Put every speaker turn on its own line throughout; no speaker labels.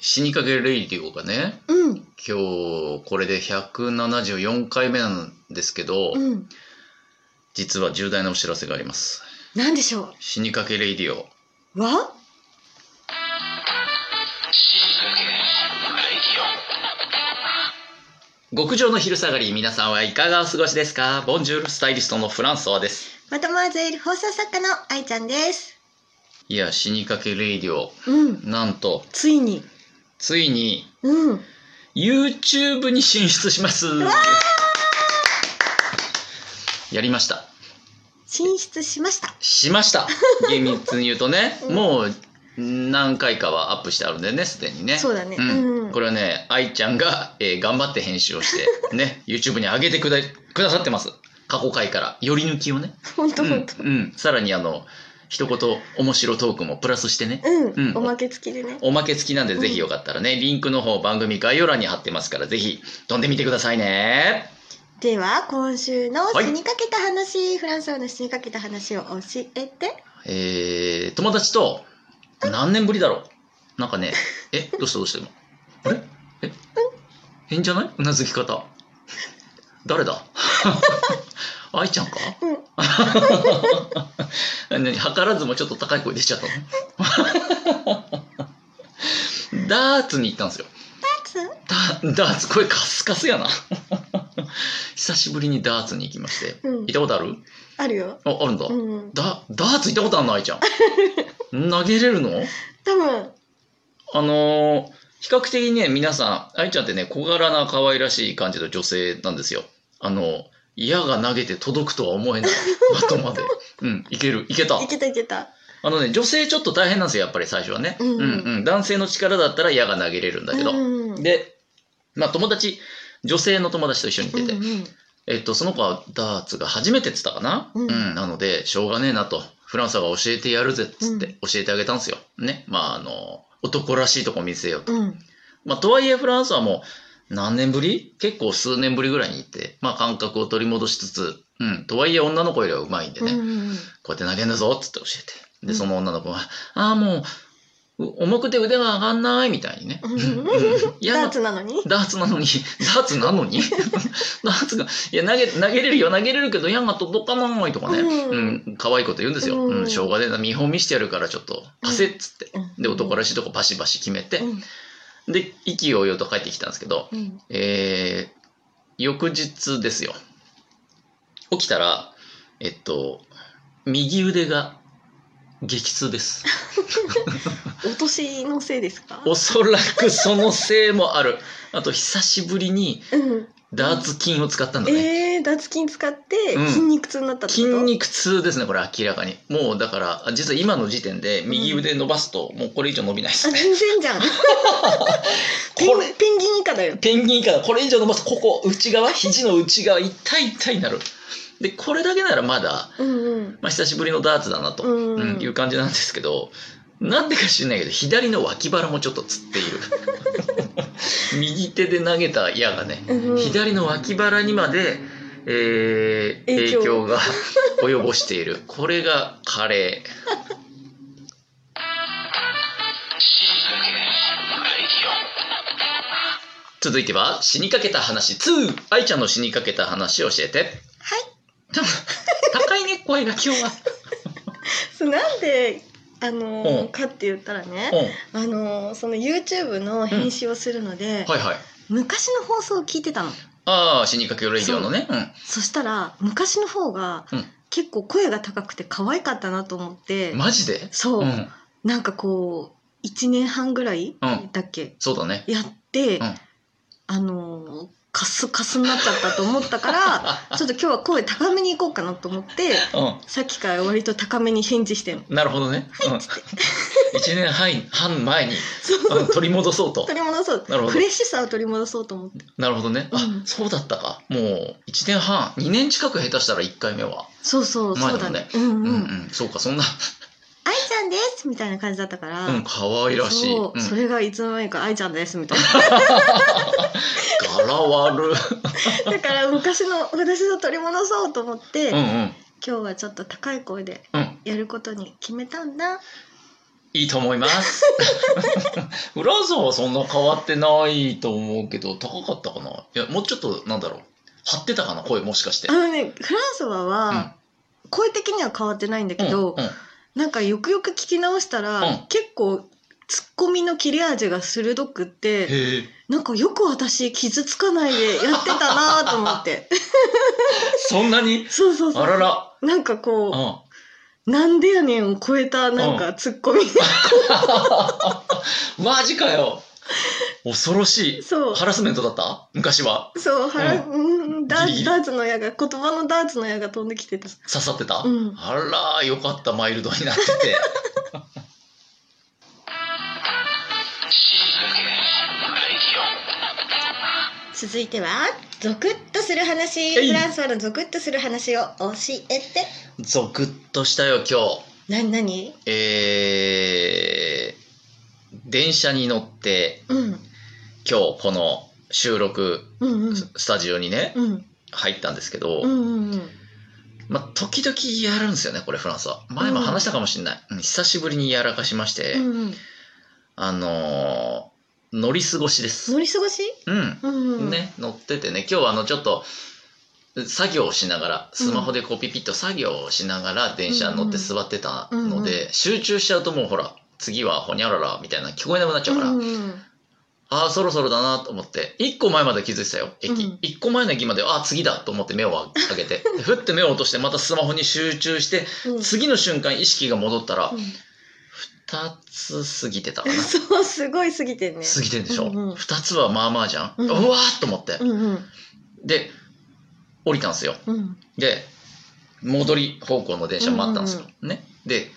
死にかけレイディオがね、
うん
今日これで174回目なんですけど、
うん
実は重大なお知らせがあります。
なんでしょ
死にかけレイディオ。
うわ
極上の昼下がり、皆さんはいかがお過ごしですかボンジュールスタイリストのフランソワです。
またまずいる放送作家の愛ちゃんです
いや、死にかけレイディオ。
うん
なんと、
ついに
ついに
うん
YouTube に進出します。やりました。
進出しました
しました。厳密に言うとね、もう何回かはアップしてあるんでね、すでにね。
そうだね
ん
うん
これはね、愛ちゃんが、えー頑張って編集をして、ね、YouTube に上げてくだくださってます。過去回から。より抜きをね。
本当
うん
本当
うん。さらにあの、一言面白トークもプラスしてね。
うん、
うん
おまけ付きでね
おまけ付きなんで、ぜひよかったらね、リンクの方番組概要欄に貼ってますから、ぜひ飛んでみてくださいね。
では今週の
はい
死にかけた話、フランス語の死にかけた話を教えて
えー、友達と何年ぶりだろうなんかねえどうしたどうした今あれえ変じゃないうなずき方誰だ 愛ちゃんか
うん
何図らずもちょっと高い声出ちゃったの ダーツに行ったんですよ
つ
ダダーツ声カスカスやな 久しぶりにダーツに行きまして
うん
行ったことある
あるよ
ああるんだ、
うん
ダダーツ行ったことあるの愛ちゃん 投げれるの
多分
あのー比較的ね、皆さん、愛ちゃんってね、小柄な可愛らしい感じの女性なんですよ。あのー、矢が投げて届くとは思 えない。的まで。うん、いける、いけた
い。けたいけた
あのね、女性ちょっと大変なんですよ、やっぱり最初はね。
うん
うん、うん。男性の力だったら矢が投げれるんだけど。
うんうん、
で、まあ友達、女性の友達と一緒にいてて、
うん
えっと、その子はダーツが初めてっつったかな、
う
うんん、なので、しょうがねえなと、フランサが教えてやるぜっつって、
うん
教えてあげたんですよ。ね。まあ、あの、男らしいとこ見せようと。
うんうん
まあ、とはいえ、フランスはもう、何年ぶり結構数年ぶりぐらいに行って、まあ、感覚を取り戻しつつ、うん、とはいえ女の子よりは上手いんでね、
うん
こ
う
う
ん
やって投げんだぞっつって教えて。
うん
で、その女の子は、ああ、もう、う重くて腕が上がんない、みたいにね。
うん
うんいや
ダーツなのに
ダーツなのに、ダーツなのに ダーツが、いや、投げ、投げれるよ、投げれるけど、矢が届かないとかね、
う
うん、可愛いこと言うんですよ。
う
うんん、しょうがねえな、見本見してやるから、ちょっと、貸せっつって。
うん
で、男らしいとこバシバシ決めて
う、ん
で、意気揚々と帰ってきたんですけど、
うん
えー、翌日ですよ。起きたら、えっと、右腕が激痛 です。
お年のせいですか
おそらくそのせいもある。あと、久しぶりに
うん
ダーツ筋を使ったんだね。
ええー、脱筋使って
うん
筋肉痛になったってこ
筋
と、
肉痛ですね、これ明らかに。もうだから、あ実は今の時点で右腕伸ばすと、もうこれ以上伸びないです
あ
ね。
全然 じゃんペ
こ
ン
れ
ペンギン以下だよ
ペンギン以下だこれ以上伸ばすと、ここ、内 側、肘の内側、痛い痛いになる。で、これだけならまだ、
うんうん
まあ、久しぶりのダーツだなと、
うん
うんいう感じなんですけど、なんでか知らないけど、左の脇腹もちょっとつってい る。右手で投げた矢がね、
うんうん
左の脇腹にまで、えー
影
影
響
響が 及ぼしている。これがカレー。続いては死にかけた話2愛ちゃんの死にかけた話を教えて
はい
高いね声が今 日は
そうなんであのー
うん
かって言ったらね
うん
あのーその YouTube の編集をするので、
はいはい
昔の放送を聞いてたの
ああ死にかけレディオのねうん
そしたら昔の方が
うん
結構声が高くて可愛かったなと思って、
マジで
そう、
うん
なんかこう1年半ぐらい
うん
だっけ、
そうだね
やって、
うん
あのーカスカスになっちゃったと思ったから ちょっと今日は声高めにいこうかなと思って
う
さっきから割と高めに返 事してんの
んなるほどね、うん、1年半半前に
そう
うん取り戻そうと
取り戻そう
なるほど
フレッシュさを取り戻そうと思って
なるほどねあ、
うん
そうだったかもう1年半2年近く下手したら1回目は
そうそう
前
そ
だ
う
も
だ
んね
ねうん
う
うん、愛
んうんそうかそんな
ちゃんですみたいな感じだったから、
うん可愛らしい
そ
う
う、
ん
それがいつの間にか愛ちゃんですみたい
柄 悪
なだから昔の私を取り戻そうと思って、
うんうん
今日はちょっと高い声で
うん
やることに決めたんだ
いいと思い ます。浦沢はそんな変わってないと思うけど、高かったかな。いや、もうちょっと、なんだろう。張ってたかな、声もしかして。
あのねフランソワ
うん
は声的には変わってないんだけど、
うんうん
なんかよくよく聞き直したら、
うん
結構ツッコミの切れ味が鋭くって
へえ。
なんかよく私傷つかないでやってたなと思って
そんなに
そうそうそう
あらら。
なんか
う
こ
ん。
う「なんでやねん」を超えたなんかツッコミ
マジかよ。恐ろしい。
そう
ハラスメントだった昔は。
そう腹、うん、ダ
ギリギ
ー
リ
ダーツの矢が言葉のダーツの矢が飛んできてた
刺さってた、
うん
あらー、よかった、マイルドになってて。
続いてはゾクッとする話
えい
フランスワのゾクッとする話を教えて
ゾクッとしたよ、今日。
何何
えー、電車に乗って、
うん
今日この収録
うんうん
ススタジオにね、
うん
入ったんですけど、
うんうんうん
まあ、時々やるんですよね、これ、フランスは。前も話したかもしれない。うん久しぶりにやらかしまして、
うんうん
あのー乗り過ごしです。
乗り過ごし
うん。
うんうん
ね、乗っててね、今日はあの、ちょっと、作業をしながら、スマホでこうピピッと作業をしながら電車に乗って座ってたので、
うん
集中しちゃうともうほら、次はほにゃららみたいな聞こえなくなっちゃうから、
うんうん
ああ、そろそろだなと思って、1個前まで気づいてたよ、駅。
うん
1個前の駅まで、ああ、次だと思って目を開け て、でふって目を落として、またスマホに集中して、
うん
次の瞬間意識が戻ったら
う、ん
2つ過ぎてたかな。
そうすごい過ぎてんね
過ぎてんでしょ、
う
二
んうん
2つはまあまあじゃん、
う
うんわーっと思って、
うんうん
で降りたんですよ
うん
で戻り方向の電車待ったんですよ、ねで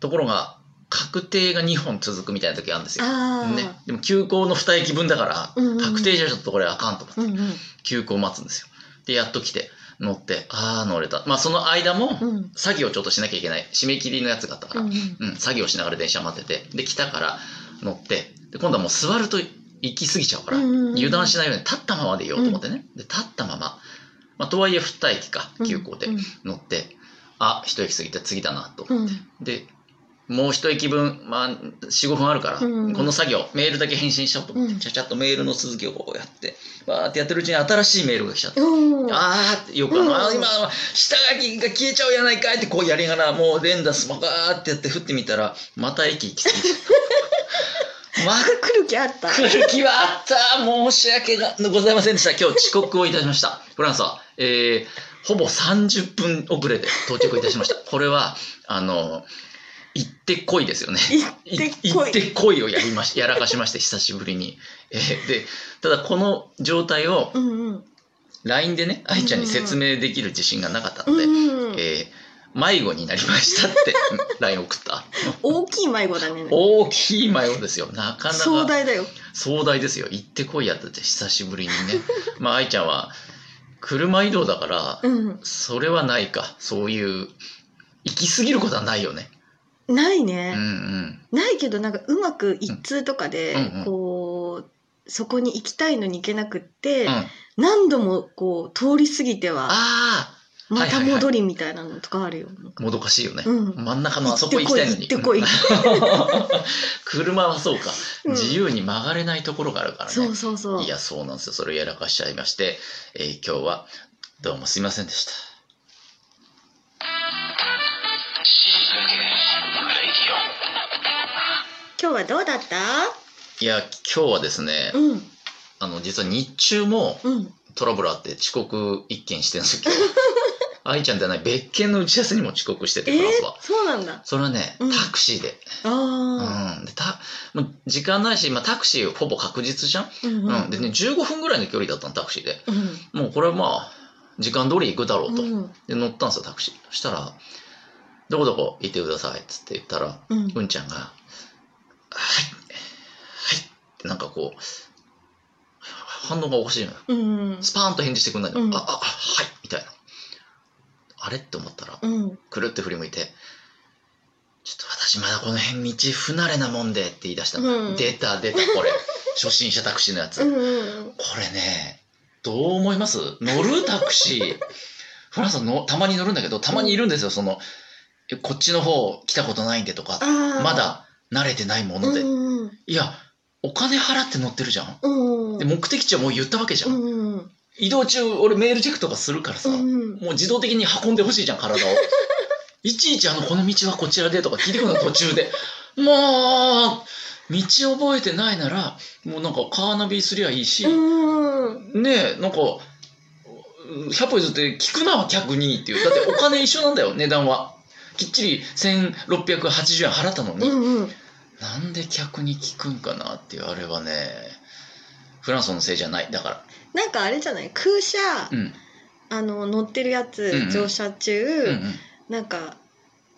ところが確定が2本続くみたいな時あるんですよ、
ああ、
ね、でも急行の2駅分だから
うんうんうん
確定じゃちょっとこれあかんと思って
うんうん
急行待つんですよでやっと来て乗ってああ乗れたまあその間も
うんうん
作業ちょっとしなきゃいけない締め切りのやつがあったから、
うん
うん、作業しながら電車待っててで来たから乗ってで今度はもう座ると行き過ぎちゃうから、
うんうんうん
油断しないように立ったままでいようと思ってね、で立ったまま、まあ、とはいえ二駅か急行で
うん
乗って、あ一駅過ぎて次だなと、
うん
でもう一駅分、まあ、45分あるから、
うん
この作業メールだけ返信しちゃおうと思って、
うん
ちゃちゃっとメールの続きをこうやってバーってやってるうちに新しいメールが来ちゃって。
うん
あーってよく、
うん
あー今下書きが消えちゃうやないかいってこうやりながらもう連打スマガーってやって振ってみたらまた息息ついてま
く来る気あった
来る気はあった申し訳がございませんでした今日遅刻をいたしましたフランスはえーほぼ30分遅れで到着いたしましたこれはあの行ってこいですよね
行
い
って
行
こ
っ
い
てこいをやりましやらかしまして久しぶりに、えーでただこの状態を
うんうん、
LINE でね愛ちゃんに説明できる自信がなかった
う
ので、
んうん
え
うん、
ー迷子になりましたってうん LINE 送った
大きい迷子だね
大きい迷子ですよなかなか
壮大だよ
壮大ですよ行ってこいやったって久しぶりにね まあ愛ちゃんは車移動だから、
うん
それはないかそういう行き過ぎることはないよね
ないうね
んう、ん
ないけどなんかうまく一通とかで、
うんうん
こうそこに行きたいのに行けなくって、
うんあ
何度もこう通り過ぎては
あ
また
はいはいはい
戻りみたいなのとかあるよ、
もどかしいよね、
うん
真ん中のあそこ行きたいのに
行ってこい行
車はそうか、
うん
自由に曲がれないところがあるからね
そうそうそう
いやそうなんですよそれをやらかしちゃいまして、えー今日はどうもすいませんでした
今日はどうだった
いや今日はですね
うん
あの実は日中も
うん
トラブルあって遅刻一件してるんですよ 今日愛ちゃんじゃない別件の打ち合わせにも遅刻して
え
て
ー
フランスは、
そうなんだ
それはね
うん
タクシーで,、うん
ああ
でたもう時間ないし、まあ、タクシーほぼ確実じゃん、
うんう
うん、でね15分ぐらいの距離だったのタクシーで
うん
もうこれはまあ時間通り行くだろうと、
うん
で乗ったんですよタクシーそしたら「どこどこ行ってください」っつって言ったら
うん
うんちゃんが「はいはい」ってなんかこう反応がおかしいのよ
うん
スパーンと返事してくんないの、
うん
あああはいみたいなあれって思ったら
うん
くるって振り向いて「ちょっと私まだこの辺道不慣れなもんで」って言い出したの、
うん
出た出たこ れ初心者タクシーのやつ、
うんうん
これね、どう思います乗るタクシー。フランスのたまに乗るんだけど、たまにいるんですよ、その、えこっちの方来たことないんでとか、
ああ
まだ慣れてないも
う
の
ん
で、
うん
いやお金払って乗ってるじゃん
うんうん
で目的地はもう言ったわけじゃ、
うんんうん
移動中俺メールチェックとかするからさ、
うん
もう自動的に運んでほしいじゃん体 をいちいちあの「この道はこちらで」とか聞いてくるの途中でもう道覚えてないならもうなんかカーナビすりゃいいし、
うん
ねえなんかうん100歩譲って聞くな客にっていうだってお金一緒なんだよ値段はきっちり1680円払ったのに、
うんうん
なんで客に聞くんかなっていうあれはねフランソンのせいじゃないだから
なんかあれじゃない空車
うん
あの乗ってるや
うんうん
つ乗車
うんう
中
ん
なんか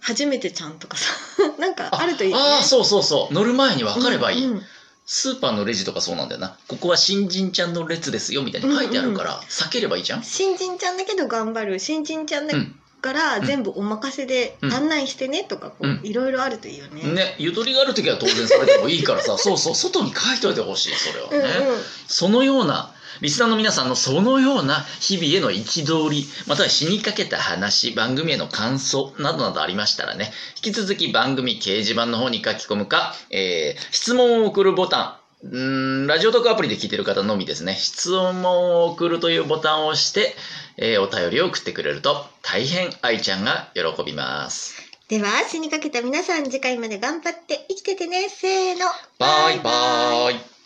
初めてちゃんとかさ なんか
あ
あるといいね
ああそうそうそう乗る前に分かればいい、
うんうん
スーパーのレジとかそうなんだよなここは新人ちゃんの列ですよみたいに書いてあるから、避ければいいじゃん
新人ちゃんだけど頑張る新人ちゃんだ
うん
から全部お任せで
うん
案内してねとかこ
うん
ういろいろあるといいよね。
ねゆとりがある時は当然されてもいいから さそうそう外に書いといてほしいそれは
う
ね、
んうん
そのようなリスナーの皆さんのそのような日々への憤りまたは死にかけた話番組への感想などなどありましたらね引き続き番組掲示板の方に書き込むか、えー質問を送るボタンうーんラジオトークアプリで聞いてる方のみですね質問を送るというボタンを押して、えーお便りを送ってくれると大変愛ちゃんが喜びます
では死にかけた皆さん次回まで頑張って生きててねせーの
バイバイ